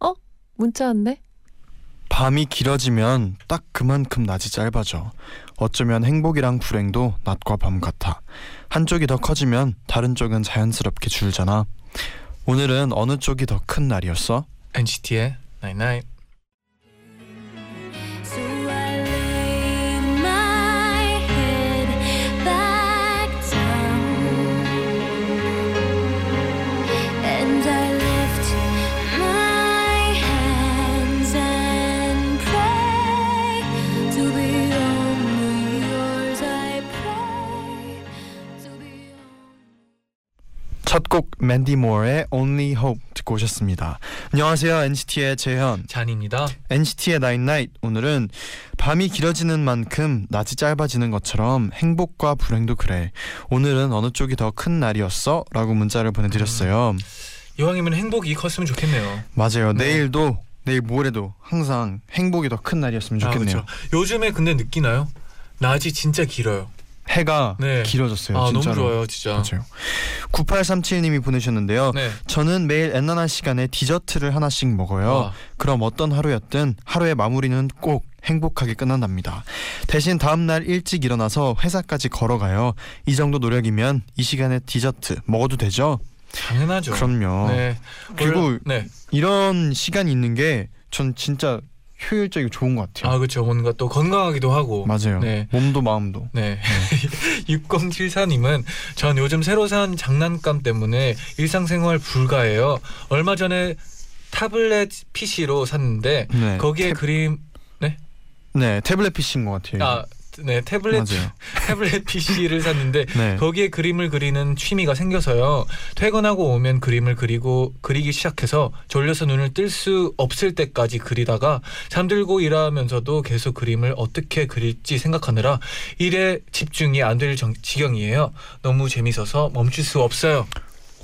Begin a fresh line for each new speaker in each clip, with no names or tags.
어? 문자 왔네?
밤이 길어지면 딱 그만큼 낮이 짧아져. 어쩌면 행복이랑 불행도 낮과 밤 같아. 한쪽이 더 커지면 다른 쪽은 자연스럽게 줄잖아. 오늘은 어느 쪽이 더 큰 날이었어?
NCT의 Night Night.
So I lay my head back down, and I lift my hands and pray to be only yours. I pray to be only.
첫 곡 맨디 모어의 Only Hope 듣고 오셨습니다. 안녕하세요 NCT의 재현.
잔입니다.
NCT의 나잇 나잇 오늘은 밤이 길어지는 만큼 낮이 짧아지는 것처럼 행복과 불행도 그래. 오늘은 어느 쪽이 더 큰 날이었어?라고 문자를 보내드렸어요.
이왕이면 행복이 컸으면 좋겠네요.
맞아요.
네.
내일도 내일 모레도 항상 행복이 더 큰 날이었으면 좋겠네요.
아, 그쵸. 요즘에 근데 느끼나요? 낮이 진짜 길어요.
해가
네.
길어졌어요.
아
진짜로.
너무 좋아요, 진짜.
맞아요. 9837님이 보내셨는데요.
네.
저는 매일 엔나나 시간에 디저트를 하나씩 먹어요.
와,
그럼 어떤 하루였든 하루의 마무리는 꼭 행복하게 끝난답니다. 대신 다음날 일찍 일어나서 회사까지 걸어가요. 이 정도 노력이면 이 시간에 디저트 먹어도 되죠?
당연하죠.
그럼요. 어.
네.
그리고
원래- 네.
이런 시간이 있는 게 전 진짜 효율적이고 좋은 것 같아요.
아 그렇죠. 뭔가 또 건강하기도 하고.
맞아요.
네.
몸도 마음도.
네. 6074님은 전 요즘 새로 산 장난감 때문에 일상생활 불가해요. 얼마 전에 타블렛 PC로 샀는데
네.
거기에
태-
그림
네, 태블릿 PC인 것 같아요.
아, 네, 태블릿
맞아요.
태블릿 PC를 샀는데
네.
거기에 그림을 그리는 취미가 생겨서요. 퇴근하고 오면 그림을 그리고 그리기 시작해서 졸려서 눈을 뜰 수 없을 때까지 그리다가 잠들고 일하면서도 계속 그림을 어떻게 그릴지 생각하느라 일에 집중이 안 될 지경이에요. 너무 재밌어서 멈출 수 없어요.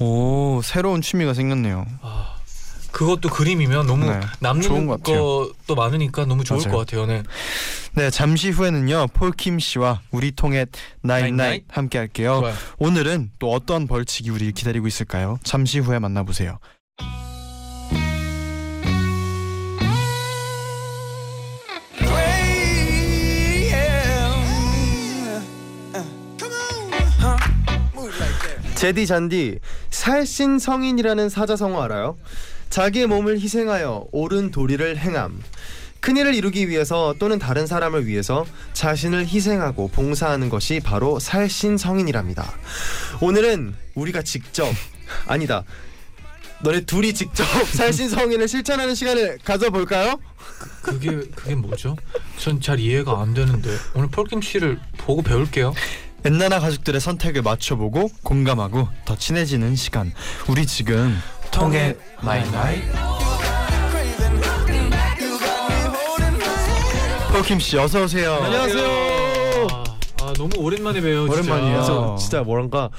오, 새로운 취미가 생겼네요.
아, 그것도 그림이면 너무
네, 좋은
남는
것 같아요.
것도 많으니까 너무 좋을
맞아요.
것 같아요. 네.
네, 잠시 후에는요. 폴킴 씨와 우리 통해 나잇나잇
나잇나잇.
함께 할게요.
좋아요.
오늘은 또 어떤 벌칙이 우리 기다리고 있을까요? 잠시 후에 만나보세요.
제디 잔디 살신 성인이라는 사자성어 알아요? 자기의 몸을 희생하여 옳은 도리를 행함 큰일을 이루기 위해서 또는 다른 사람을 위해서 자신을 희생하고 봉사하는 것이 바로 살신 성인이랍니다. 오늘은 우리가 직접 아니다. 너네 둘이 직접 살신 성인을 실천하는 시간을 가져볼까요?
그게 그게 뭐죠? 전 잘 이해가 안 되는데 오늘 폴킴 씨를 보고 배울게요.
엔나나 가족들의 선택을 맞춰보고 공감하고 더 친해지는 시간. 우리 지금 통해 나잇나잇. 폴킴 씨 어서 오세요.
안녕하세요.
아, 아, 너무 오랜만에 뵈요.
오랜만이에요.
진짜.
그래서 예, 진짜 뭐랄까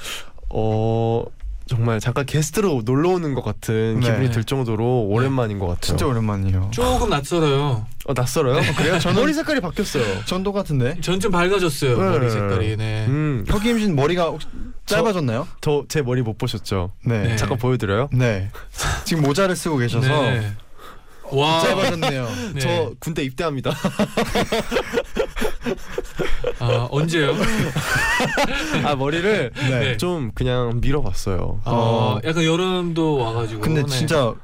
어 정말 잠깐 게스트로 놀러 오는 것 같은
네.
기분이 들 정도로 오랜만인 것 같아요.
진짜 오랜만이에요.
조금 낯설어요.
어, 낯설어요? 그래요? 저는 머리 색깔이 바뀌었어요.
전도 같은데?
전 좀 밝아졌어요.
네.
그 머리 색깔이. 네.
음,
폴킴 씨는 머리가 혹시 짧아졌나요?
저 제 머리 못 보셨죠?
네.
네.
잠깐 보여드려요.
네. 지금 모자를 쓰고 계셔서
네. 와.
짧아졌네요.
네.
저 군대 입대합니다.
아, 언제요?
아 머리를
네.
좀 그냥 밀어봤어요.
아,
어.
약간 여름도 와가지고.
근데
네.
진짜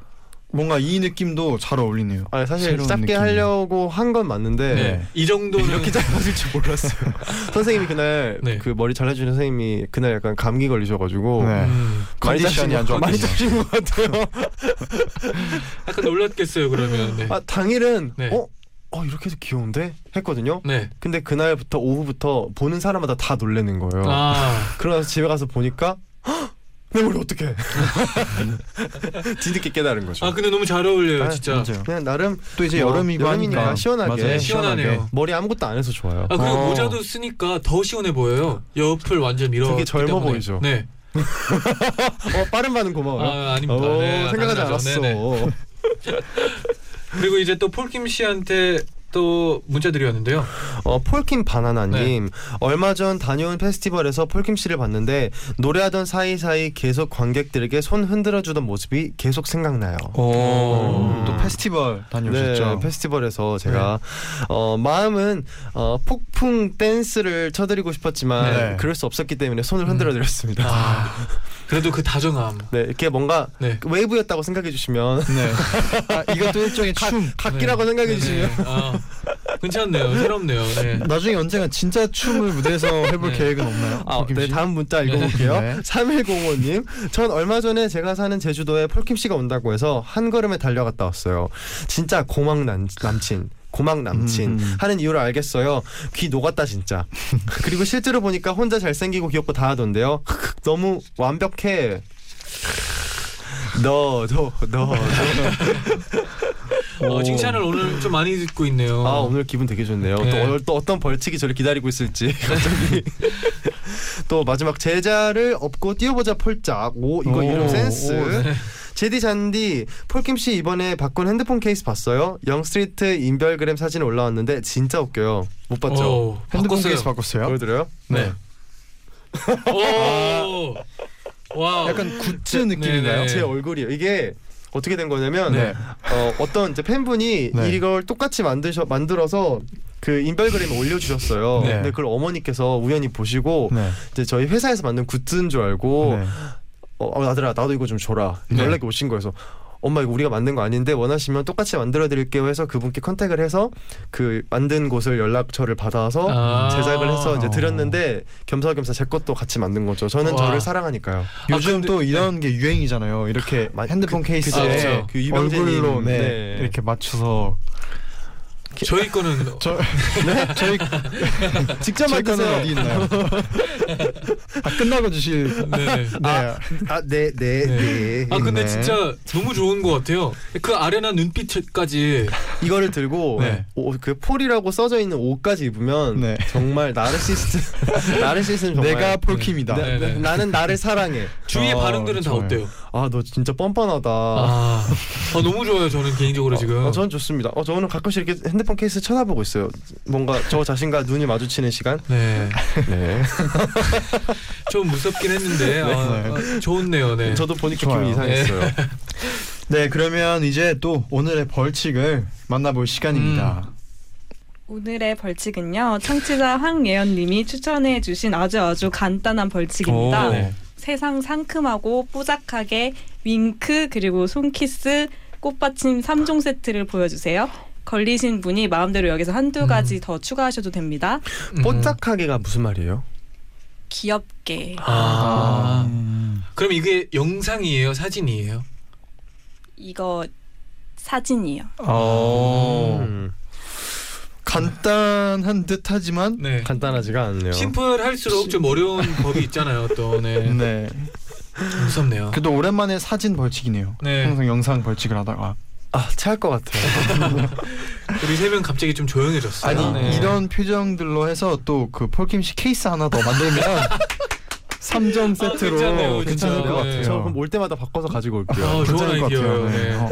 뭔가 이 느낌도 잘 어울리네요.
아 사실
새로운
짧게
느낌.
하려고 한 건
네.
맞는데
이 정도는
이렇게 짧아질 줄 몰랐어요. 선생님이 그날
네.
그 머리 잘라주신 선생님이 그날 약간 감기 걸리셔가지고
네.
음,
많이
컨디션이
잡신-
안 좋았군요.
많이 잡신 것 같아요.
약간 놀랐겠어요 그러면. 네.
아 당일은
네.
어? 어 이렇게 해도 귀여운데 했거든요.
네.
근데 그날부터 오후부터 보는 사람마다 다 놀래는 거예요.
아.
그러고 나서 집에 가서 보니까 헉! 내 머리 어떻게? 뒤늦게 깨달은 거죠.
아 근데 너무 잘 어울려요
아,
진짜.
네, 맞아요.
그냥 나름
또 이제
뭐,
여름이고
여름이니까
하니까
시원하게.
맞아요.
네, 시원하네요.
머리 아무것도 안 해서 좋아요.
아 그리고
어.
모자도 쓰니까 더 시원해 보여요. 옆을 완전 밀어.
되게 젊어 보이죠?
네.
어 빠른 반응 고마워요.
아 아닙니다.
오,
네,
생각하지
당연하죠.
않았어.
네네. 그리고 이제 또 폴킴 씨한테 또 문자들이 왔는데요.
어, 폴킴 바나나님 얼마 전 다녀온 페스티벌에서 폴킴 씨를 봤는데 노래하던 사이사이 계속 관객들에게 손 흔들어 주던 모습이 계속 생각나요.
어,
오,
음.
또 페스티벌 다녀오셨죠?
네, 페스티벌에서 제가 어, 마음은 어, 폭풍 댄스를 쳐드리고 싶었지만
네.
그럴 수 없었기 때문에 손을 흔들어 드렸습니다.
그래도 그 다정함.
네, 이렇게 뭔가
아. 네.
웨이브였다고 생각해 주시면
네. 아, 이것도 일종의 춤.
각기라고 생각해 주시면
네. 아, 괜찮네요. 새롭네요. 네.
나중에 언젠가 진짜 춤을 무대에서 해볼
네.
계획은 없나요?
아,
김
네,
씨?
다음 문자 읽어볼게요.
네.
3105님, 전 얼마 전에 제가 사는 제주도에 폴킴 씨가 온다고 해서 한 걸음에 달려갔다 왔어요. 진짜 고막 남, 남친. 고막 남친
음, 음.
하는 이유를 알겠어요. 귀 녹았다 진짜. 그리고 실제로 보니까 혼자 잘생기고 귀엽고 다 하던데요. 너무 완벽해. 너너너 너,
어, 칭찬을 오늘 좀 많이 듣고 있네요.
어.
아 오늘 기분 되게 좋네요.
네.
또, 어- 또 어떤 벌칙이 저를 기다리고 있을지 갑자기 또 마지막 제자를 업고 뛰어보자 폴짝 오 이거
오, 네.
이름 센스
오,
제디 잔디 폴킴 씨 이번에 바꾼 핸드폰 케이스 봤어요? 영스트리트 인별그램 사진 올라왔는데 진짜 웃겨요. 못 봤죠?
오,
핸드폰
바꿨어요.
케이스 바꿨어요? 네.
보여드려요?
네. 오. 와.
아. 약간 굿즈 느낌인가요?
네.
제 얼굴이요. 이게 어떻게 된 거냐면
네.
어, 어떤 이제 팬분이
네.
이걸 똑같이 만드셔 만들어서 그 인별그램에 올려주셨어요.
네.
근데 그걸 어머니께서 우연히 보시고
네.
이제 저희 회사에서 만든 굿즈인 줄 알고
네.
어, 어, 아들아 나도 이거 좀 줘라
네.
연락이 오신 거여서 엄마 이거 우리가 만든 거 아닌데 원하시면 똑같이 만들어 드릴게요 해서 그분께 컨택을 해서 그 만든 곳을 연락처를 받아서
아.
제작을 해서 이제 드렸는데 겸사겸사 제 것도 같이 만든 거죠 저는
와.
저를 사랑하니까요
요즘
근데-
또 이런 게 유행이잖아요. 이렇게
아, 마-
핸드폰
아,
케이스에
그쵸.
그 이병재님.
얼굴로 네,
네.
이렇게 맞춰서
저희 거는
저 네? 저희
직접
저희 거는
만드세요.
어디 있나요? 아 끝나고 주실
네.
네.
아, 아네네네
네. 아 근데
네.
진짜 너무 좋은 것 같아요. 그 아련한 눈빛까지
이거를 들고
네.
오, 그 폴이라고 써져 있는 옷까지 입으면
네.
정말 나르시스트 나르시스트는 정말
내가 폴킴이다.
네.
나- 나는 나를 사랑해
주위의
아,
반응들은 다
좋아요.
어때요?
아 너 진짜 뻔뻔하다
아, 아 너무 좋아요. 저는 개인적으로 지금.
어, 저는 좋습니다. 어, 저는 가끔씩 이렇게 핸드폰 케이스 쳐다보고 있어요. 뭔가 저 자신과 눈이 마주치는 시간.
네,
네.
좀 무섭긴 했는데 아,
네.
아, 좋네요. 네.
저도 보니까
좋아요.
기분이 이상했어요.
네 그러면 이제 또 오늘의 벌칙을 만나볼 시간입니다.
오늘의 벌칙은요. 청취자 황예연님이 추천해주신 아주 아주 간단한 벌칙입니다.
오.
네.
세상 상큼하고 뽀짝하게 윙크 그리고 손키스 꽃받침 3종 세트를 보여주세요. 걸리신 분이 마음대로 여기서 한두 가지 더 추가하셔도 됩니다.
음.
뽀짝하게가 무슨 말이에요?
귀엽게
아,
음.
그럼 이게 영상이에요, 사진이에요?
이거 사진이요.
어.
아. 음,
간단한 듯하지만
네.
간단하지가 않네요.
심플할수록 좀 어려운 법이 있잖아요, 또. 네.
네.
무섭네요.
그래도 오랜만에 사진 벌칙이네요.
네.
항상 영상 벌칙을 하다가
아, 체할 것 같아요.
우리 세 명 갑자기 좀 조용해졌어요.
아니
네.
이런 표정들로 해서 또 그 폴킴 씨 케이스 하나 더 만들면 3점 세트로
어,
괜찮네요,
괜찮을
진짜.
것
네.
같아요.
저 그럼 올 때마다 바꿔서 가지고 올게요.
아, 좋은
괜찮을 것 같아요.
아이디어예요.
네.
네.
어.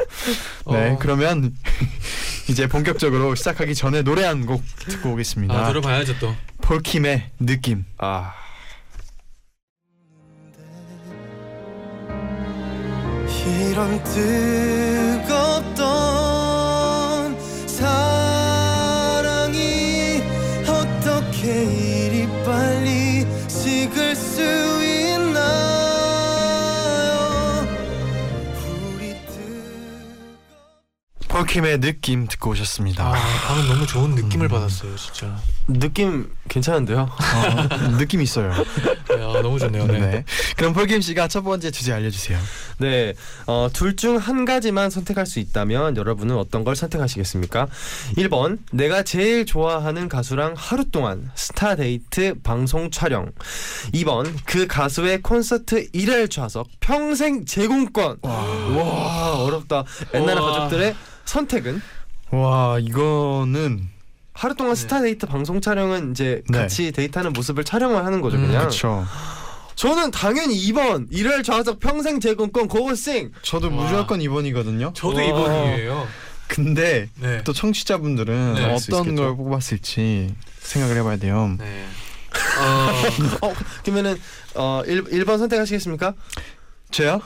네,
어.
그러면 이제 본격적으로 시작하기 전에 노래 한 곡 듣고 오겠습니다.
아, 들어봐야죠, 또.
폴킴의 느낌.
아.
이런 뜨겁던 사랑이 어떻게 이리 빨리 식을 수 있나요 우리 뜨
폴킴의 느낌 듣고 오셨습니다. 아. 음.
아, 방금 너무 좋은 느낌을 받았어요, 진짜.
느낌 괜찮은데요?
어, 느낌 있어요.
야, 너무 좋네요.
네.
네.
그럼 폴킴 씨가 첫 번째 주제 알려주세요.
네, 어, 둘 중 한 가지만 선택할 수 있다면 여러분은 어떤 걸 선택하시겠습니까? 1번, 내가 제일 좋아하는 가수랑 하루 동안 스타 데이트 방송 촬영. 2번, 그 가수의 콘서트 일일 좌석 평생 제공권. 와, 어렵다. 옛날
우와.
가족들의 선택은?
와 이거는
하루 동안 스타 데이트 방송 촬영은 이제
네.
같이 데이트하는 모습을 촬영을 하는 거죠,
음,
그냥.
그렇죠.
저는 당연히 2번, 일일 좌석 평생 제공권 고고싱.
저도
와.
무조건 2번이거든요.
저도
와.
이번이에요.
근데
네.
또 청취자분들은
네. 알수
어떤
있겠죠.
걸 뽑았을지 생각을 해봐야 돼요.
네. 어,
어, 그러면은 어, 1, 1번 선택하시겠습니까?
저요?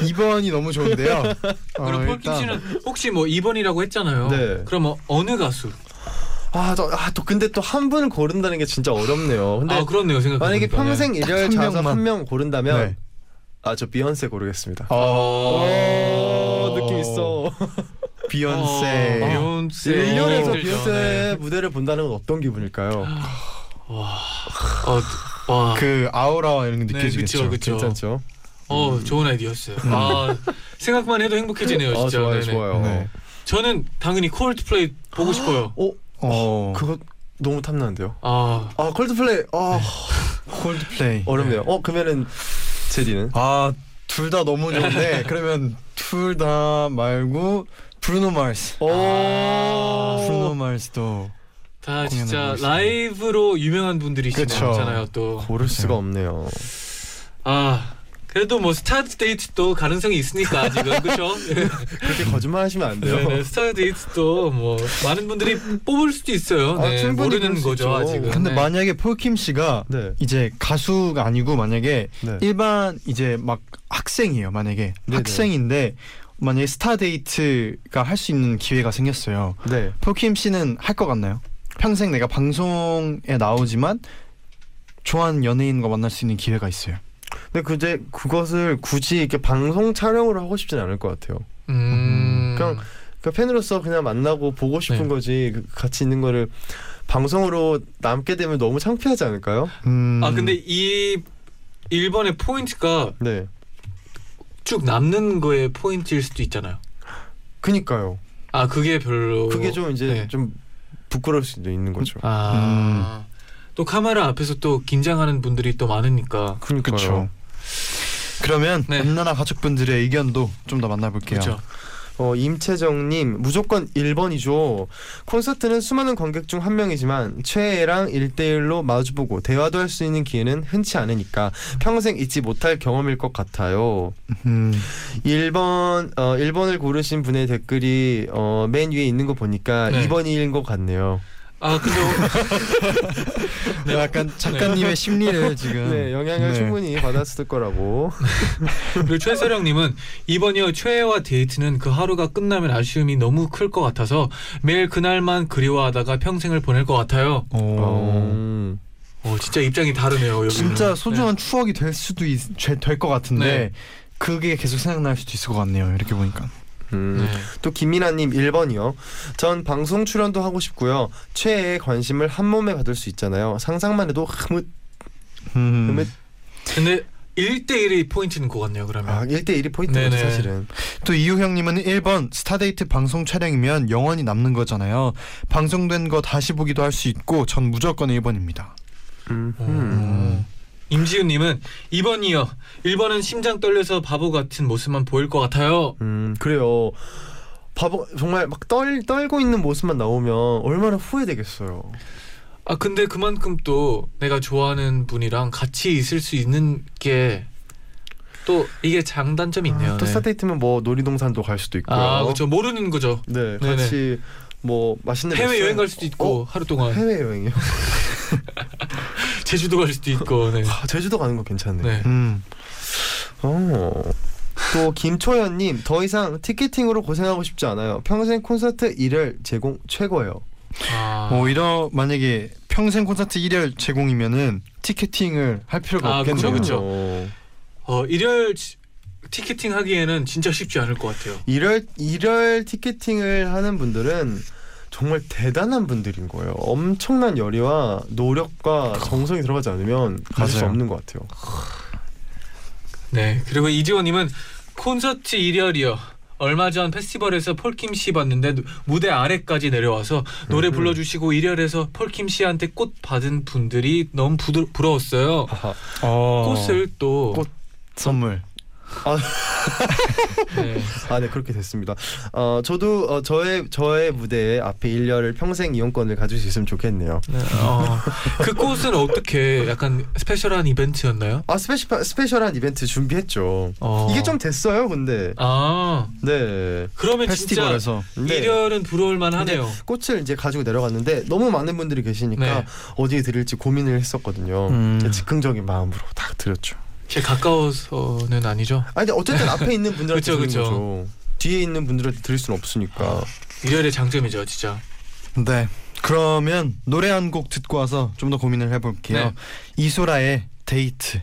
2번이 너무 좋은데요. 어,
그럼 폴킴
일단
씨는 혹시 뭐 2번이라고 했잖아요.
아, 네.
그럼 뭐 어느 가수?
아, 또, 아, 또 근데 또 한 분을 고른다는 게 진짜 어렵네요. 근데
아, 그렇네요. 생각해
만약에
보니까.
평생
딱
일열
한
좌석
명만.
한명 고른다면
네.
아, 저 비욘세 고르겠습니다.
아.
어...
오, 느낌 있어.
비욘세.
어, 비욘세.
1년에서
힘들죠. 네.
비욘세의 무대를 본다는 건 어떤 기분일까요?
아, 어, 와.
그 아우라 이런 게
네,
느껴지겠죠.
그쵸, 그쵸.
괜찮죠?
어, 좋은 아이디어였어요. 아, 생각만 해도 행복해지네요,
음. 아,
진짜.
좋아요,
네네.
좋아요.
네.
저는 당연히 콜드플레이 보고 싶어요.
어,
어,
그거 너무 탐나는데요.
아,
아, 콜드플레이. 아,
네.
콜드플레이.
어렵네요. 어, 그러면은 제디는
아, 둘 다 너무 좋은데 그러면 둘 다 말고 브루노 마스.
아,
오.
어.
어.
브루노 마스도
다
공연을 보고
진짜
있어요.
라이브로 유명한
그쵸.
분들이시잖아요, 또.
고를 수가 없네요.
아, 그래도 뭐 스타 데이트도 가능성이 있으니까 지금 그렇죠?
그렇게 거짓말 하시면 안 돼요.
네, 스타 데이트도 뭐 많은 분들이 뽑을 수도 있어요.
아,
네,
충분히 그럴
모르는
수
거죠,
있죠.
아직은.
근데
네.
만약에 폴킴 씨가
네.
이제 가수가 아니고 만약에
네.
일반 이제 막 학생이에요. 만약에
네네.
학생인데 만약에 스타 데이트가 할 수 있는 기회가 생겼어요.
네.
폴킴 씨는 할 것 같나요? 평생 내가 방송에 나오지만 좋아하는 연예인과 만날 수 있는 기회가 있어요.
근데 그제 그것을 굳이 이렇게 방송 촬영으로 하고 싶진 않을 것 같아요.
음.
그냥 그 팬으로서 그냥 만나고 보고 싶은
네.
거지 그 같이 있는 거를 방송으로 남게 되면 너무 창피하지 않을까요?
음,
아, 근데 이 1번의 포인트가
네.
쭉 남는 거의 포인트일 수도 있잖아요.
그니까요.
아, 그게 별로
그게 좀 이제
네.
좀 부끄러울 수도 있는 거죠.
아.
음.
또 카메라 앞에서 또 긴장하는 분들이 또 많으니까.
그니까요.
그렇죠. 그러면
네.
엄나나 가족분들의 의견도 좀 더 만나볼게요.
그렇죠.
어, 임채정님 무조건 1번이죠. 콘서트는 수많은 관객 중 한 명이지만 최애랑 1대1로 마주보고 대화도 할 수 있는 기회는 흔치 않으니까 평생 잊지 못할 경험일 것 같아요.
음,
1번 어 1번을 고르신 분의 댓글이 어, 맨 위에 있는 거 보니까
네.
2번인 것 같네요.
아, 근데 네.
어, 약간 작가님의 심리를
음.
지금
네, 영향을
네.
충분히 받았을 거라고.
그리고 최서령님은 이번이요 최애와 데이트는 그 하루가 끝나면 아쉬움이 너무 클 것 같아서 매일 그날만 그리워하다가 평생을 보낼 것 같아요.
어. 오.
음.
어 진짜 입장이 다르네요. 네. 여기는.
진짜 소중한 추억이 될 수도 될것 같은데 그게 계속 생각날 수도 있을 것 같네요. 이렇게 보니까.
음.
네.
또 김민아님 1번이요. 전 방송 출연도 하고 싶고요. 최애의 관심을 한 몸에 받을 수 있잖아요. 상상만 해도 흐뭇
음.
흐뭇.
근데 1대1의 포인트는 그거 같네요. 그러면
아 1대1이 포인트죠
네네.
사실은.
또 이유 형님은 1번 스타데이트 방송 촬영이면 영원히 남는 거잖아요. 방송된 거 다시 보기도 할 수 있고 전 무조건 1번입니다.
음.
음. 임지훈님은 2번이요. 1번은 심장 떨려서 바보 같은 모습만 보일 것 같아요.
음, 그래요. 바보 정말 막 떨 떨고 있는 모습만 나오면 얼마나 후회되겠어요.
아 근데 그만큼 또 내가 좋아하는 분이랑 같이 있을 수 있는 게 또 이게 장단점이 있네요.
아, 또
네.
스타데이트면 뭐 놀이동산도 갈 수도 있고요.
아 그렇죠 모르는 거죠.
네,
네네.
같이 뭐 맛있는
해외
레스토랑-
여행 갈 수도 있고
어?
하루 동안
해외 여행이요.
제주도 갈 수도 있고 네.
아, 제주도 가는 거 괜찮네.
네.
음.
어. 또 김초연님 더 이상 티켓팅으로 고생하고 싶지 않아요. 평생 콘서트 일을 제공 최고예요.
아,
오히려 뭐 만약에 평생 콘서트 1열 제공이면은 티켓팅을 할 필요가
아,
없겠네요.
그쵸, 그쵸.
어.
어 일요일 지- 티켓팅 하기에는 진짜 쉽지 않을 것 같아요.
일월 일월 티켓팅을 하는 분들은 정말 대단한 분들인 거예요. 엄청난 열의와 노력과 정성이 들어가지 않으면 가질 수
맞아요.
없는 것 같아요.
네. 그리고 이지호님은 콘서트 일열이요. 얼마 전 페스티벌에서 폴킴 씨 봤는데 노- 무대 아래까지 내려와서 노래
음.
불러주시고 일열에서 폴킴 씨한테 꽃 받은 분들이 너무 부드, 부러웠어요.
아하.
꽃을 또
꽃. 선물.
네.
아, 네, 그렇게 됐습니다. 어, 저도 어, 저의 저의 무대에 앞에 1년을 평생 이용권을 가질 수 있으면 좋겠네요.
어, 그 꽃은 어떻게 약간 스페셜한 이벤트였나요?
아, 스페셜 스페셜한 이벤트 준비했죠.
어.
이게 좀 됐어요, 근데.
아
네.
그러면
페스티벌에서
진짜
네.
일열은 부러울만 하네요.
꽃을 이제 가지고 내려갔는데 너무 많은 분들이 계시니까
네.
어디에 드릴지 고민을 했었거든요.
음.
즉흥적인 마음으로 딱 드렸죠.
제 가까워서는 아니죠.
아니 근데 어쨌든 앞에 있는 분들한테
그쵸,
드리는
그쵸.
거죠. 뒤에 있는 분들한테 드릴 수는 없으니까.
일열의 장점이죠, 진짜.
네. 그러면 노래 한 곡 듣고 와서 좀 더 고민을 해볼게요.
네.
이소라의 데이트.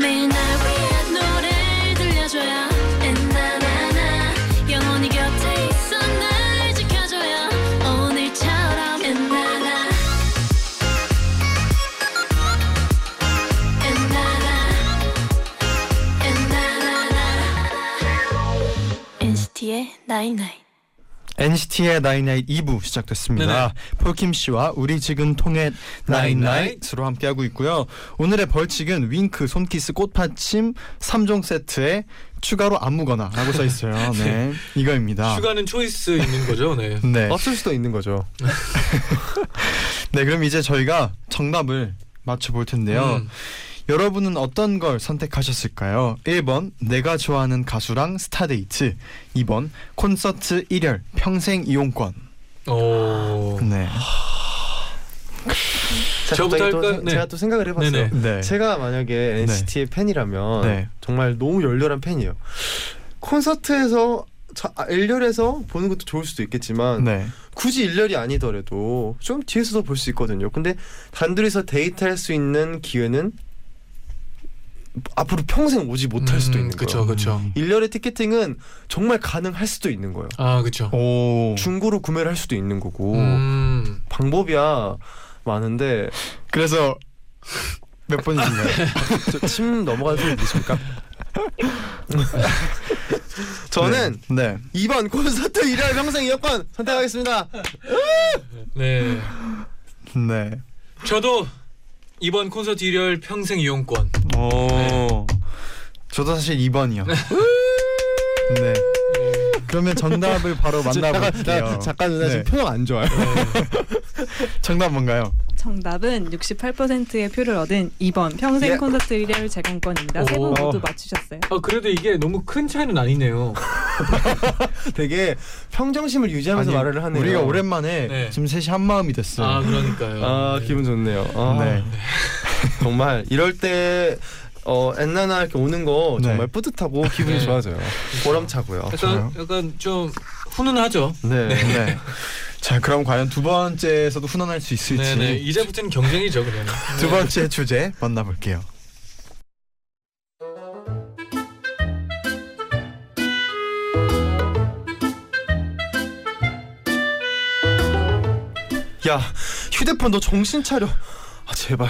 매일 날 위한 노래를 들려줘요 엔나나나 영원히 곁에 있어 날 지켜줘요 오늘처럼 엔나나 엔나나 엔나나나 NCT의 나잇나잇
NCT의 나인나잇 2부 시작됐습니다. 폴킴 씨와 우리 지금 통해 나인나잇으로 함께하고 있고요. 오늘의 벌칙은 윙크, 손키스, 꽃받침 3종 세트에 추가로 안무거나라고 써 있어요. 네, 이거입니다.
휴가는 초이스 있는 거죠, 네.
네,
없을 수도 있는 거죠.
네 그럼 이제 저희가 정답을 맞춰볼 텐데요.
음.
여러분은 어떤 걸 선택하셨을까요? 1번 내가 좋아하는 가수랑 스타데이트 2번 콘서트 1열 평생 이용권
오.
네.
자,
저부터
갑자기 또
할까요?
생-
네.
제가 또 생각을 해봤어요.
네네.
네.
제가 만약에 NCT의 팬이라면
네.
정말 너무 열렬한 팬이에요. 콘서트에서 자, 아, 일렬에서 보는 것도 좋을 수도 있겠지만
네.
굳이 일렬이 아니더라도 좀 뒤에서도 볼 수 있거든요. 근데 단둘이서 데이트할 수 있는 기회는 앞으로 평생 오지 못할 수도 있는
음, 그쵸,
거예요.
그쵸.
일렬의 티켓팅은 정말 가능할 수도 있는 거예요.
아, 그쵸.
오.
중고로 구매를 할 수도 있는 거고
음.
방법이야 많은데
그래서 몇 번이신가요?
저 침 넘어가는 소리 들리십니까? 저는
네.
이번 콘서트 일할 평생 이어권 선택하겠습니다.
네.
네.
저도 이번 콘서트 일열 평생 이용권.
오. 저도 사실 2번이요. 네. 그러면 정답을 바로 만나볼게요.
잠깐 누나
네.
지금 표정 안 좋아요.
정답 뭔가요?
정답은 68%의 표를 얻은 2번 평생
예.
콘서트 1회 재강권입니다. 세 분
오.
모두 맞추셨어요.
아, 그래도 이게 너무 큰 차이는 아니네요.
되게 평정심을 유지하면서 말을 하네요.
우리가 오랜만에
네.
지금 셋이 한 마음이 됐어요.
아, 그러니까요.
아 기분 좋네요. 아,
네.
정말 이럴 때 어, 엔나나 이렇게 오는 거
네.
정말 뿌듯하고 기분이
네.
좋아져요. 보람차고요.
약간, 약간 좀 훈훈하죠.
네.
네. 자, 그럼 과연 두 번째에서도 훈훈할 수 있을지
네네. 이제부터는 경쟁이죠, 그냥.
두 번째 주제 만나볼게요.
야 휴대폰 너 정신 차려. 아 제발.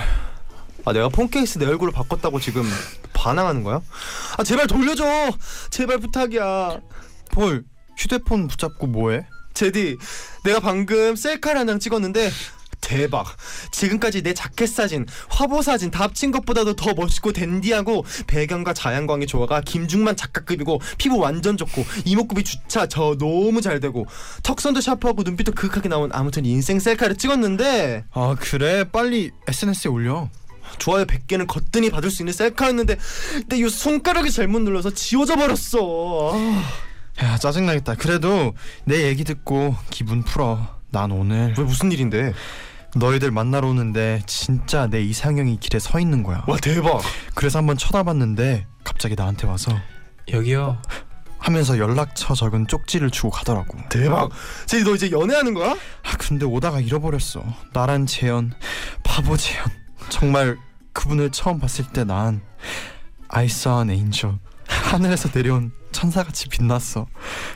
아 내가 폰 케이스 내 얼굴을 바꿨다고 지금 반항하는 거야? 아 제발 돌려줘. 제발 부탁이야.
폴, 휴대폰 붙잡고 뭐해?
제디 내가 방금 셀카를 한 장 찍었는데 대박 지금까지 내 자켓 사진 화보 사진 다 합친 것보다도 더 멋있고 댄디하고 배경과 자연광의 조화가 김중만 작가급이고 피부 완전 좋고 이목구비 주차 저 너무 잘 되고 턱선도 샤프하고 눈빛도 극하게 나온 아무튼 인생 셀카를 찍었는데
아, 그래. 빨리 SNS에 올려.
좋아요 100개는 거뜬히 받을 수 있는 셀카였는데 내 이 손가락이 잘못 눌러서 지워져 버렸어 아,
야 짜증나겠다. 그래도 내 얘기 듣고 기분 풀어. 난 오늘
왜 무슨 일인데?
너희들 만나러 오는데 진짜 내 이상형이 길에 서 있는 거야.
와 대박.
그래서 한번 쳐다봤는데 갑자기 나한테 와서
여기요.
하면서 연락처 적은 쪽지를 주고 가더라고.
대박. 제이 너 이제 연애하는 거야?
아, 근데 오다가 잃어버렸어. 나란 재현, 바보 재현. 정말 그분을 처음 봤을 때 난 I saw an angel. 하늘에서 내려온 천사같이 빛났어.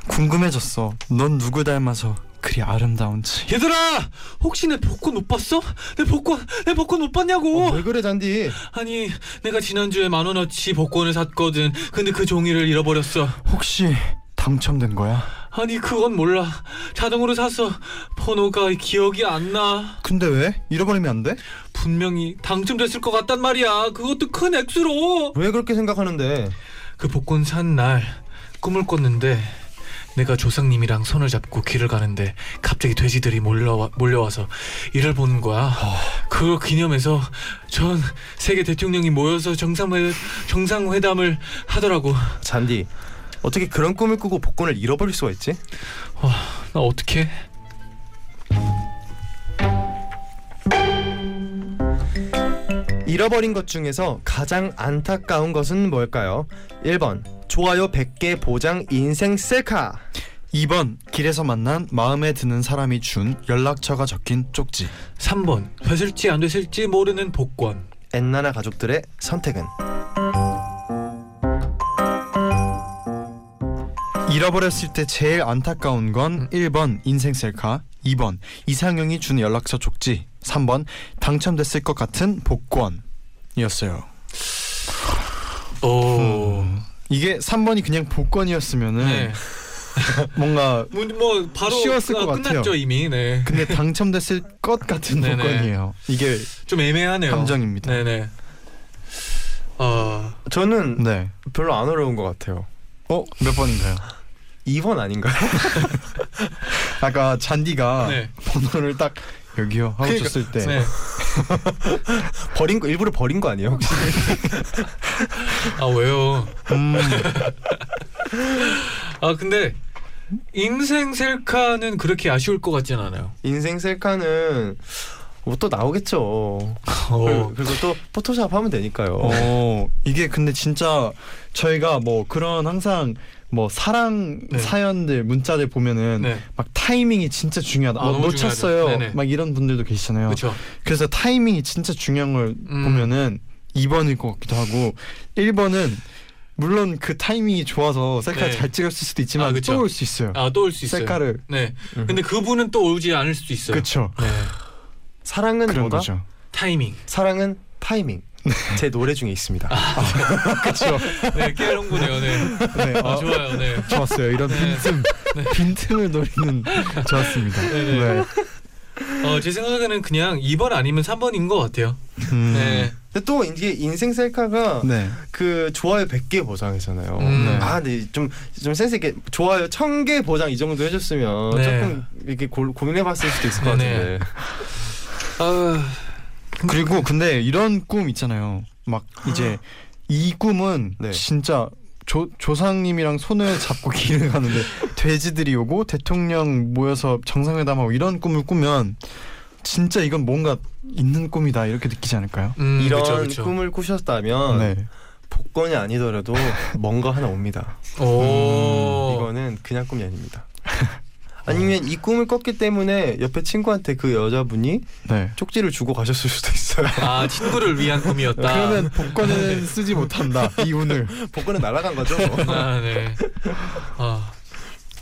궁금해졌어. 넌 누구 닮아서 그리 아름다운지.
얘들아, 혹시 내 복권 못 봤어? 내 복권, 내 복권 못 봤냐고.
어, 왜 그래 잔디?
아니, 내가 지난주에 만 원어치 복권을 샀거든. 근데 그 종이를 잃어버렸어.
혹시 당첨된 거야?
아니, 그건 몰라. 자동으로 사서 번호가 기억이 안 나.
근데 왜? 잃어버리면 안 돼?
분명히 당첨됐을 것 같단 말이야. 그것도 큰 액수로.
왜 그렇게 생각하는데?
그 복권 산 날 꿈을 꿨는데 내가 조상님이랑 손을 잡고 길을 가는데 갑자기 돼지들이 몰려와, 몰려와서 이를 보는 거야. 그걸 기념해서 전 세계 대통령이 모여서 정상회, 정상회담을 하더라고.
잔디 어떻게 그런 꿈을 꾸고 복권을 잃어버릴 수가 있지?
나 어떻게?
잃어버린 것 중에서 가장 안타까운 것은 뭘까요? 1번 좋아요 100개 보장 인생 셀카
2번 길에서 만난 마음에 드는 사람이 준 연락처가 적힌 쪽지.
3번 됐을지 안 됐을지 모르는 복권.
엔나나 가족들의 선택은
잃어버렸을 때 제일 안타까운
음.
건 1번 인생 셀카, 2번 이상형이 준 연락처 쪽지, 3번 당첨됐을 것 같은 복권이었어요.
오.
이게 3번이 그냥 복권이었으면은
음. 네.
뭔가
뭐, 뭐 바로
쉬웠을 것
끝났죠
같아요.
이미. 네.
근데 당첨됐을 것 같은
네네.
복권이에요. 이게
좀 애매하네요.
감정입니다. 네.
네네. 어.
저는 별로 안 어려운 것 같아요
네. 어, 몇 번인가요?
2번 아닌가요?
아까 잔디가
네.
번호를 딱 여기요 하고
그러니까,
줬을 때
네.
버린 거 일부러 버린 거 아니에요? 혹시?
아 왜요?
음,
아 근데 인생 셀카는 그렇게 아쉬울 것 같진 않아요.
인생 셀카는 뭐 또 나오겠죠
어.
그리고 또 포토샵 하면 되니까요
어, 이게 근데 진짜 저희가 뭐 그런 항상 뭐 사랑
네.
사연들 문자들 보면은
네.
막 타이밍이 진짜 중요하다.
아,
어,
너무
놓쳤어요.
중요하죠. 네네.
막 이런 분들도 계시잖아요.
그렇죠.
그래서 타이밍이 진짜 중요한 걸
음.
보면은 2번일 것 같기도 하고 1번은 물론 그 타이밍이 좋아서 셀카
네.
잘 찍었을 수도
아,
있지만
그쵸.
또 올 수 있어요.
아 또 올 수 있어요.
셀카를
네. 근데 그분은 또 오지 않을 수도 있어요.
음. 그쵸
네.
사랑은
그런
뭐다?
거죠.
타이밍.
사랑은 타이밍 제 노래 중에 있습니다
아.
그렇죠.
네, 깨롱군요. 네.
네,
아,
어,
좋아요. 네.
좋았어요. 이런 빈틈 빈틈을 노리는 좋았습니다.
네네.
네.
어, 제 생각에는 그냥 2번 아니면 3번인 것 같아요.
음.
네.
근데 또 이게 인생 셀카가
네.
그 좋아요 100개 보장이잖아요.
음. 네.
아, 근데 좀, 좀 센스 있게 좋아요 1000개 보장 이 정도 해줬으면
네.
조금 이렇게 고, 고민해봤을 수도 있을 것
네네.
같은데.
아,
그리고 근데 이런 꿈 있잖아요. 막 이제 이 꿈은
네.
진짜 조, 조상님이랑 손을 잡고 길을 가는데 돼지들이 오고 대통령 모여서 정상회담하고 이런 꿈을 꾸면 진짜 이건 뭔가 있는 꿈이다 이렇게 느끼지 않을까요?
음,
이런
그쵸, 그쵸.
꿈을 꾸셨다면
네.
복권이 아니더라도 뭔가 하나 옵니다.
음,
오.
이거는 그냥 꿈이 아닙니다. 아니면 이 꿈을 꿨기 때문에 옆에 친구한테 그 여자분이
네.
쪽지를 주고 가셨을 수도 있어요.
아, 친구를 위한 꿈이었다.
그러면 복권은 쓰지 못한다 이 운을.
복권은 날아간 거죠. 뭐.
아, 네. 아.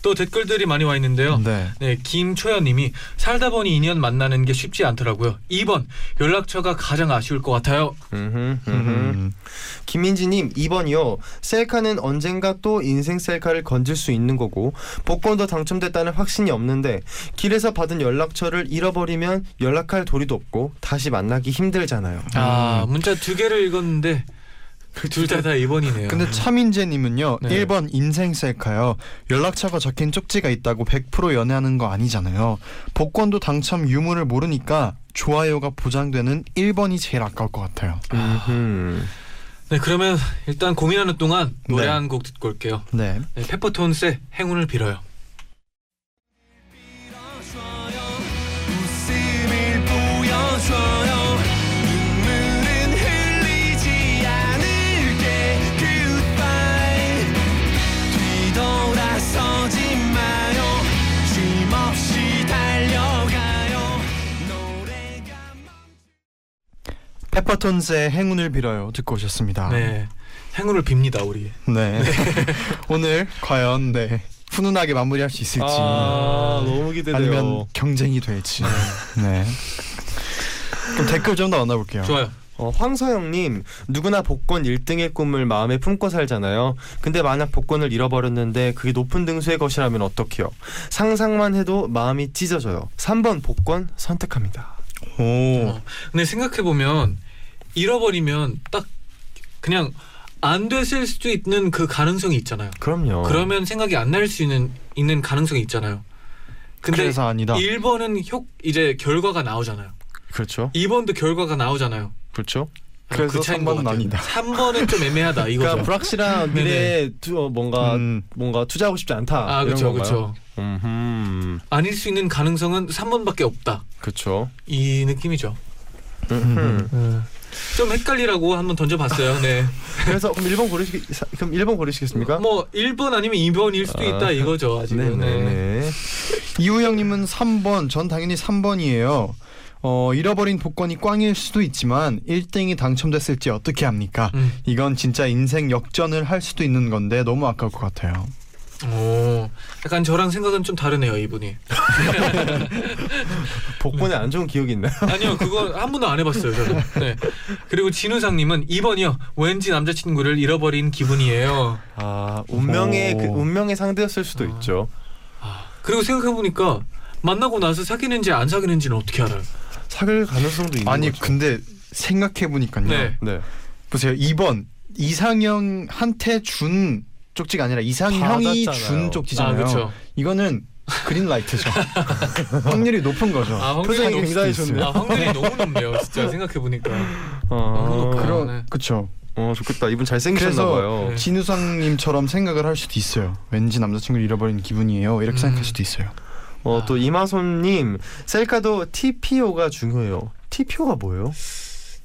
또 댓글들이 많이 와 있는데요.
네.
네, 김초연님이 살다 보니 인연 만나는 게 쉽지 않더라고요. 2번 연락처가 가장 아쉬울 것 같아요.
음흠, 음흠.
음.
김민지님 2번이요. 셀카는 언젠가 또 인생 셀카를 건질 수 있는 거고 복권도 당첨됐다는 확신이 없는데 길에서 받은 연락처를 잃어버리면 연락할 도리도 없고 다시 만나기 힘들잖아요.
아
음.
문자 두 개를 읽었는데 그 둘 다 다 2번이네요.
근데 차민재님은요
네.
1번 인생 셀카요 연락처가 적힌 쪽지가 있다고 100% 연애하는 거 아니잖아요 복권도 당첨 유무를 모르니까 좋아요가 보장되는 1번이 제일 아까울 것 같아요
음흠.
네, 그러면 일단 고민하는 동안 노래
네.
한 곡 듣고 올게요.
네.
네, 페퍼톤스의 행운을 빌어요.
웃음을 보여줘요 눈물은 흘리지 않을게 Goodbye 뒤돌아서지 마요 쉼 없이 달려가요 노래가 뭐-
페퍼톤스의 행운을 빌어요 듣고 오셨습니다.
네, 행운을 빕니다 우리.
네. 오늘 과연 네 훈훈하게 마무리할 수 있을지
아 너무 기대돼요.
아니면 경쟁이 될지. 네. 그럼 댓글 좀 더 만나볼게요.
좋아요.
어, 황서영님 누구나 복권 1등의 꿈을 마음에 품고 살잖아요. 근데 만약 복권을 잃어버렸는데 그게 높은 등수의 것이라면 어떡해요? 상상만 해도 마음이 찢어져요. 3번 복권 선택합니다.
오.
어, 근데 생각해 보면 잃어버리면 딱 그냥 안 됐을 수도 있는 그 가능성이 있잖아요.
그럼요.
그러면 생각이 안 날 수 있는 있는 가능성이 있잖아요. 근데
그래서 아니다.
1번은 효 이제 결과가 나오잖아요.
그렇죠.
2번도 결과가 나오잖아요.
그렇죠.
그래서 3번은 아니다.
3번은 좀 애매하다 이거죠.
그러니까 불확실한 미래에 투, 어, 뭔가
음,
뭔가 투자하고 싶지 않다.
아
이런
그렇죠 그렇죠.
건가요? 음흠.
아닐 수 있는 가능성은 3번밖에 없다.
그렇죠.
이 느낌이죠.
음흠.
좀 헷갈리라고 한번 던져봤어요. 네.
그래서 그럼 1번 고르시 그럼 1번 고르시겠습니까?
뭐 1번 아니면 2번일 수도 있다
아.
이거죠 아직은. 네.
네네네.
이우영님은 3번. 전 당연히 3번이에요. 어, 잃어버린 복권이 꽝일 수도 있지만 1등이 당첨됐을지 어떻게 합니까?
음.
이건 진짜 인생 역전을 할 수도 있는 건데 너무 아까울 것 같아요.
오, 어, 약간 저랑 생각은 좀 다르네요 이분이. 네.
복권에 안 좋은 기억이 있나요?
아니요 그거 한 번도 안 해봤어요 저는. 네. 그리고 진우상님은 2번이요. 왠지 남자친구를 잃어버린 기분이에요.
아 운명의
오.
그 운명의 상대였을 수도 있죠.
그리고 생각해 보니까 만나고 나서 사귀는지 안 사귀는지는 어떻게 알아요?
사귈 가능성도 있는
아니
거죠.
근데 생각해 보니까요.
네.
네.
보세요. 2번 이상형한테 준 쪽지가 아니라 이상형이
받았잖아요.
준
아
쪽지잖아요.
그렇죠.
이거는 그린라이트죠. 확률이 높은 거죠.
아, 확률이
표정이
높을
굉장히
수도
좋네요.
아 확률이 너무 높네요 진짜 생각해 보니까.
어,
그렇구나.
그럼
네.
그쵸.
어 좋겠다. 이분
그래서-
잘생기셨나봐요.
네.
진우상님처럼 생각을 할 수도 있어요. 왠지 남자친구를 잃어버린 기분이에요. 이렇게
음.
생각할 수도 있어요.
어, 또 이마손님 셀카도 TPO가 중요해요. TPO가 뭐예요?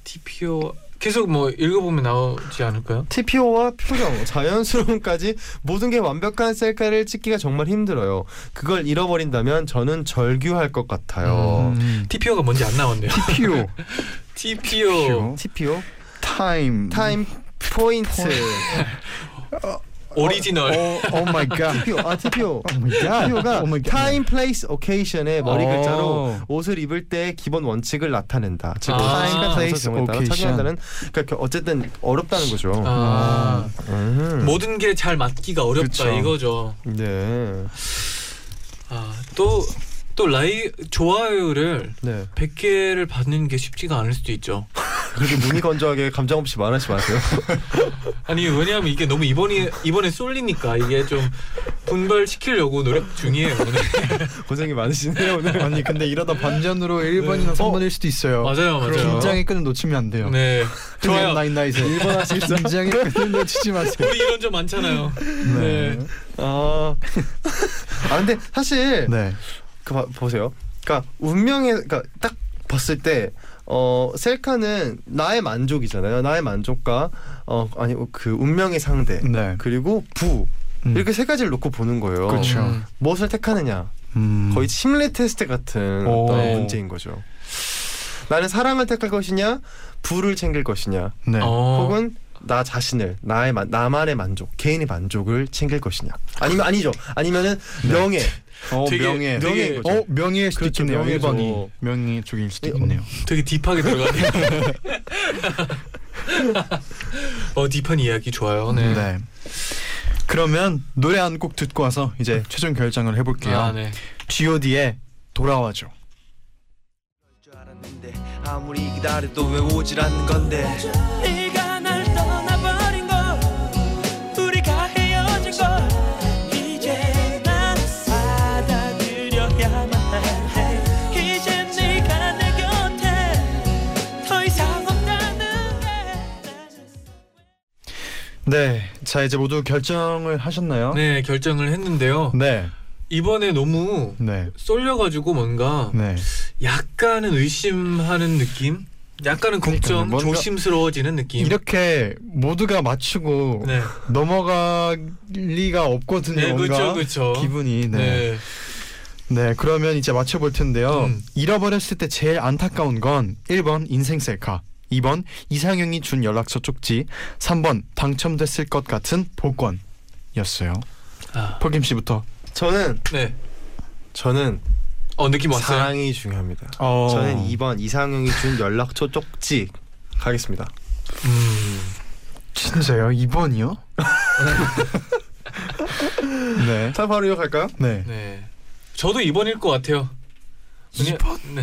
TPO 계속 뭐 읽어보면 나오지 않을까요?
TPO와 표정, 자연스러움까지 모든 게 완벽한 셀카를 찍기가 정말 힘들어요. 그걸 잃어버린다면 저는 절규할 것 같아요.
음.
TPO가 뭔지 안 나왔네요.
TPO,
TPO
TPO?
타임,
타임 포인트.
오리지널.
오 마이 갓.
TPO. 아, TPO.
오 마이 갓.
TPO가
Oh my God.
타임 플레이스 오케이션의 머리
어.
글자로 옷을 입을 때의 기본 원칙을 나타낸다. 즉
아.
타임
시간,
플레이스
장소
정했다가
location.
착용한다는 그러니까 어쨌든 어렵다는 거죠.
아,
음.
모든 게 잘 맞기가 어렵다
어. 그쵸.
이거죠.
네.
아, 또, 또 라이 좋아요를
네.
100개를 받는 게 쉽지가 않을 수도 있죠.
그렇게 무늬 건조하게 감정 없이 말하지 마세요.
아니 왜냐하면 이게 너무 이번이 이번에 쏠리니까 이게 좀 분별시키려고 노력 중이에요. 오늘.
고생이 많으시네요 오늘.
아니 근데 이러다 반전으로 1번이나
어?
3번일 수도 있어요.
맞아요, 맞아요.
긴장의 끈을 놓치면 안 돼요.
네, 좋아요.
나인 나이스. 1번 하실 긴장의 끈을 놓치지 마세요.
우리 이런 점 많잖아요.
네.
아. 아 근데 사실
네.
그 봐, 보세요. 그러니까 운명의 그러니까 딱 봤을 때 어, 셀카는 나의 만족이잖아요. 나의 만족과 어 아니 그 운명의 상대
네.
그리고 부
음.
이렇게 세 가지를 놓고 보는 거예요.
그렇죠.
음.
무엇을 택하느냐
음.
거의 심리 테스트 같은
오.
어떤 문제인 거죠. 나는 사랑을 택할 것이냐 부를 챙길 것이냐
네.
어.
혹은 나 자신을 나의 만- 나만의 만족 개인의 만족을 챙길 것이냐 아니면 아니죠 아니면은 명예
어,
되게-
명예.
되게-
어, 명예일 수도
그렇죠,
있겠네요.
명예죠.
1번이. 명예 쪽일 수도
어.
있네요.
되게 딥하게 들어가네요. 어 딥한 이야기 좋아요. 네.
네. 그러면 노래 한 곡 듣고 와서 이제 최종 결정을 해볼게요.
아 네.
G.O.D의 돌아와줘.
줄 알았는데 아무리 기다려도 왜 오질 않는 건데 네가 날 떠나버린 거 우리가 헤어진 거 이제 난 받아들여야만 해 이제 네가 내 곁에 더 이상 없다는 게
네, 자 이제 모두 결정을 하셨나요?
네 결정을 했는데요.
네,
이번에 너무
네,
쏠려가지고 뭔가
네.
약간은 의심하는 느낌, 약간은
그러니까요.
걱정,
뭔가
조심스러워지는 느낌.
이렇게 모두가 맞추고
네,
넘어갈 리가 없거든요.
네
뭔가
그렇죠, 그렇죠.
기분이 네.
네.
네, 그러면 이제 맞춰볼 텐데요.
음.
잃어버렸을 때 제일 안타까운 건 1번 인생 셀카, 2번 이상형이 준 연락처 쪽지, 3번 당첨됐을 것 같은 복권이었어요.
아,
폴김 씨부터.
저는
네.
저는
어 느낌
뭐
왔어요.
사랑이 중요합니다.
어.
저는 2번 이상형이 준 연락처 쪽지 가겠습니다.
음.
진짜요? 2번이요? 네.
자 바로 이어 갈까요?
네.
네. 저도 2번일 것 같아요. 2번? 네.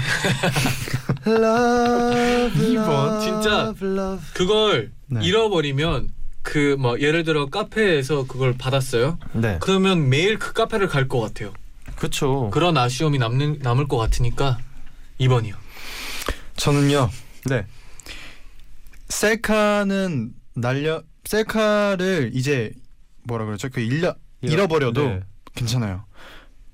Love,
이번
진짜.
love, love.
그걸
네.
잃어버리면 그 뭐 예를 들어 카페에서 그걸 받았어요.
네,
그러면 매일 그 카페를 갈 것 같아요.
그렇죠.
뭐.
그런 아쉬움이 남는 남을 것 같으니까 2번이요.
음. 저는요.
네.
셀카는 날려 셀카를 이제 뭐라 그러죠? 그 일려 잃어버려도
네.
괜찮아요.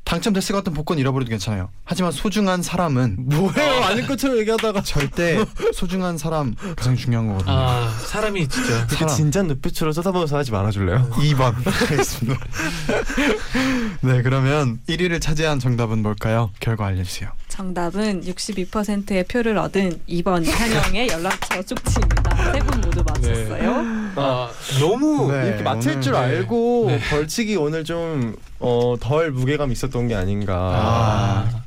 당첨됐을 것 같은 복권 잃어버려도 괜찮아요. 하지만 소중한 사람은 뭐예요?
아닐 것처럼 얘기하다가
절대 소중한 사람 가장 중요한 거거든요.
아 사람이 진짜
이렇게
사람.
진지한 눈빛으로 쳐다보면서 하지 말아줄래요?
2번 하겠습니다. 네, 그러면 1위를 차지한 정답은 뭘까요? 결과 알려주세요.
정답은 62%의 표를 얻은 2번 이상형의 연락처 쪽지입니다. 세 분 모두 맞췄어요.
아, 너무
네,
이렇게 맞힐
오늘,
줄
네.
알고 벌칙이 오늘 좀덜 무게감 있었던 게 아닌가.
아,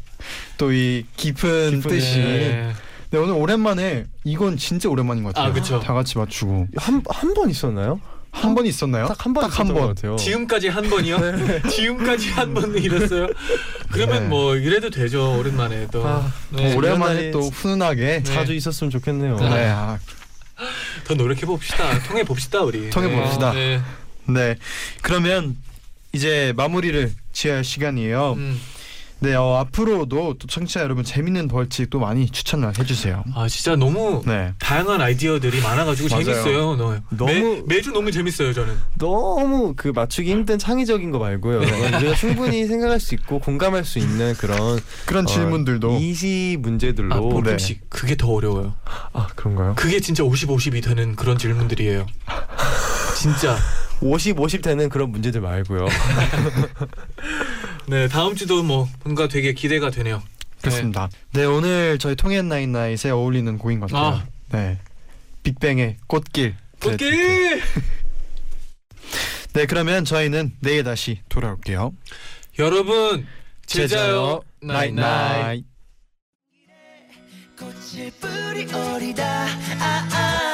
또 이 깊은,
깊은
뜻이. 네.
네.
오늘 오랜만에 이건 진짜 오랜만인 것 같아요.
아, 그쵸.
다 같이 맞추고
한 한 번 있었나요?
한 번 있었나요?
딱 한 번.
딱한
있었던 것
번.
같아요.
지금까지 한 번이요? 지금까지 한 번은 이랬어요. 그러면
네. 뭐
뭐 이래도 되죠 오랜만에 또.
아,
네.
오랜만에
미안하네.
또 훈훈하게
네.
자주 있었으면 좋겠네요.
네. 네. 아,
더 노력해 봅시다. 통해 봅시다 우리.
통해 봅시다.
네.
네. 그러면 이제 마무리를 지어야 할 시간이에요.
음.
네, 어, 앞으로도 또 청취자 여러분 재밌는 벌칙 또 많이 추천을 해주세요.
아 진짜 너무
네.
다양한 아이디어들이 많아가지고
맞아요.
재밌어요. 너,
너무-
매, 매주 너무 재밌어요 저는.
너무 그 맞추기 힘든 창의적인 거 말고요. 우리가 충분히 생각할 수 있고 공감할 수 있는 그런
그런
어,
질문들도
이시 문제들로
아
네.
보름씩 그게 더 어려워요.
아 그런가요?
그게 진짜 50, 50이 되는 그런 질문들이에요. 진짜.
50, 50 되는 그런 문제들 말고요.
네 다음 주도 뭐 뭔가 되게 기대가 되네요.
그렇습니다. 네, 오늘 저희 통엔 나인나잇에 어울리는 곡인 것 같아요.
아.
네, 빅뱅의 꽃길. 네,
꽃길.
네, 그러면 저희는 내일 다시 돌아올게요.
여러분 제자요 나잇나잇.
꽃이 뿌리 오리다 아아 그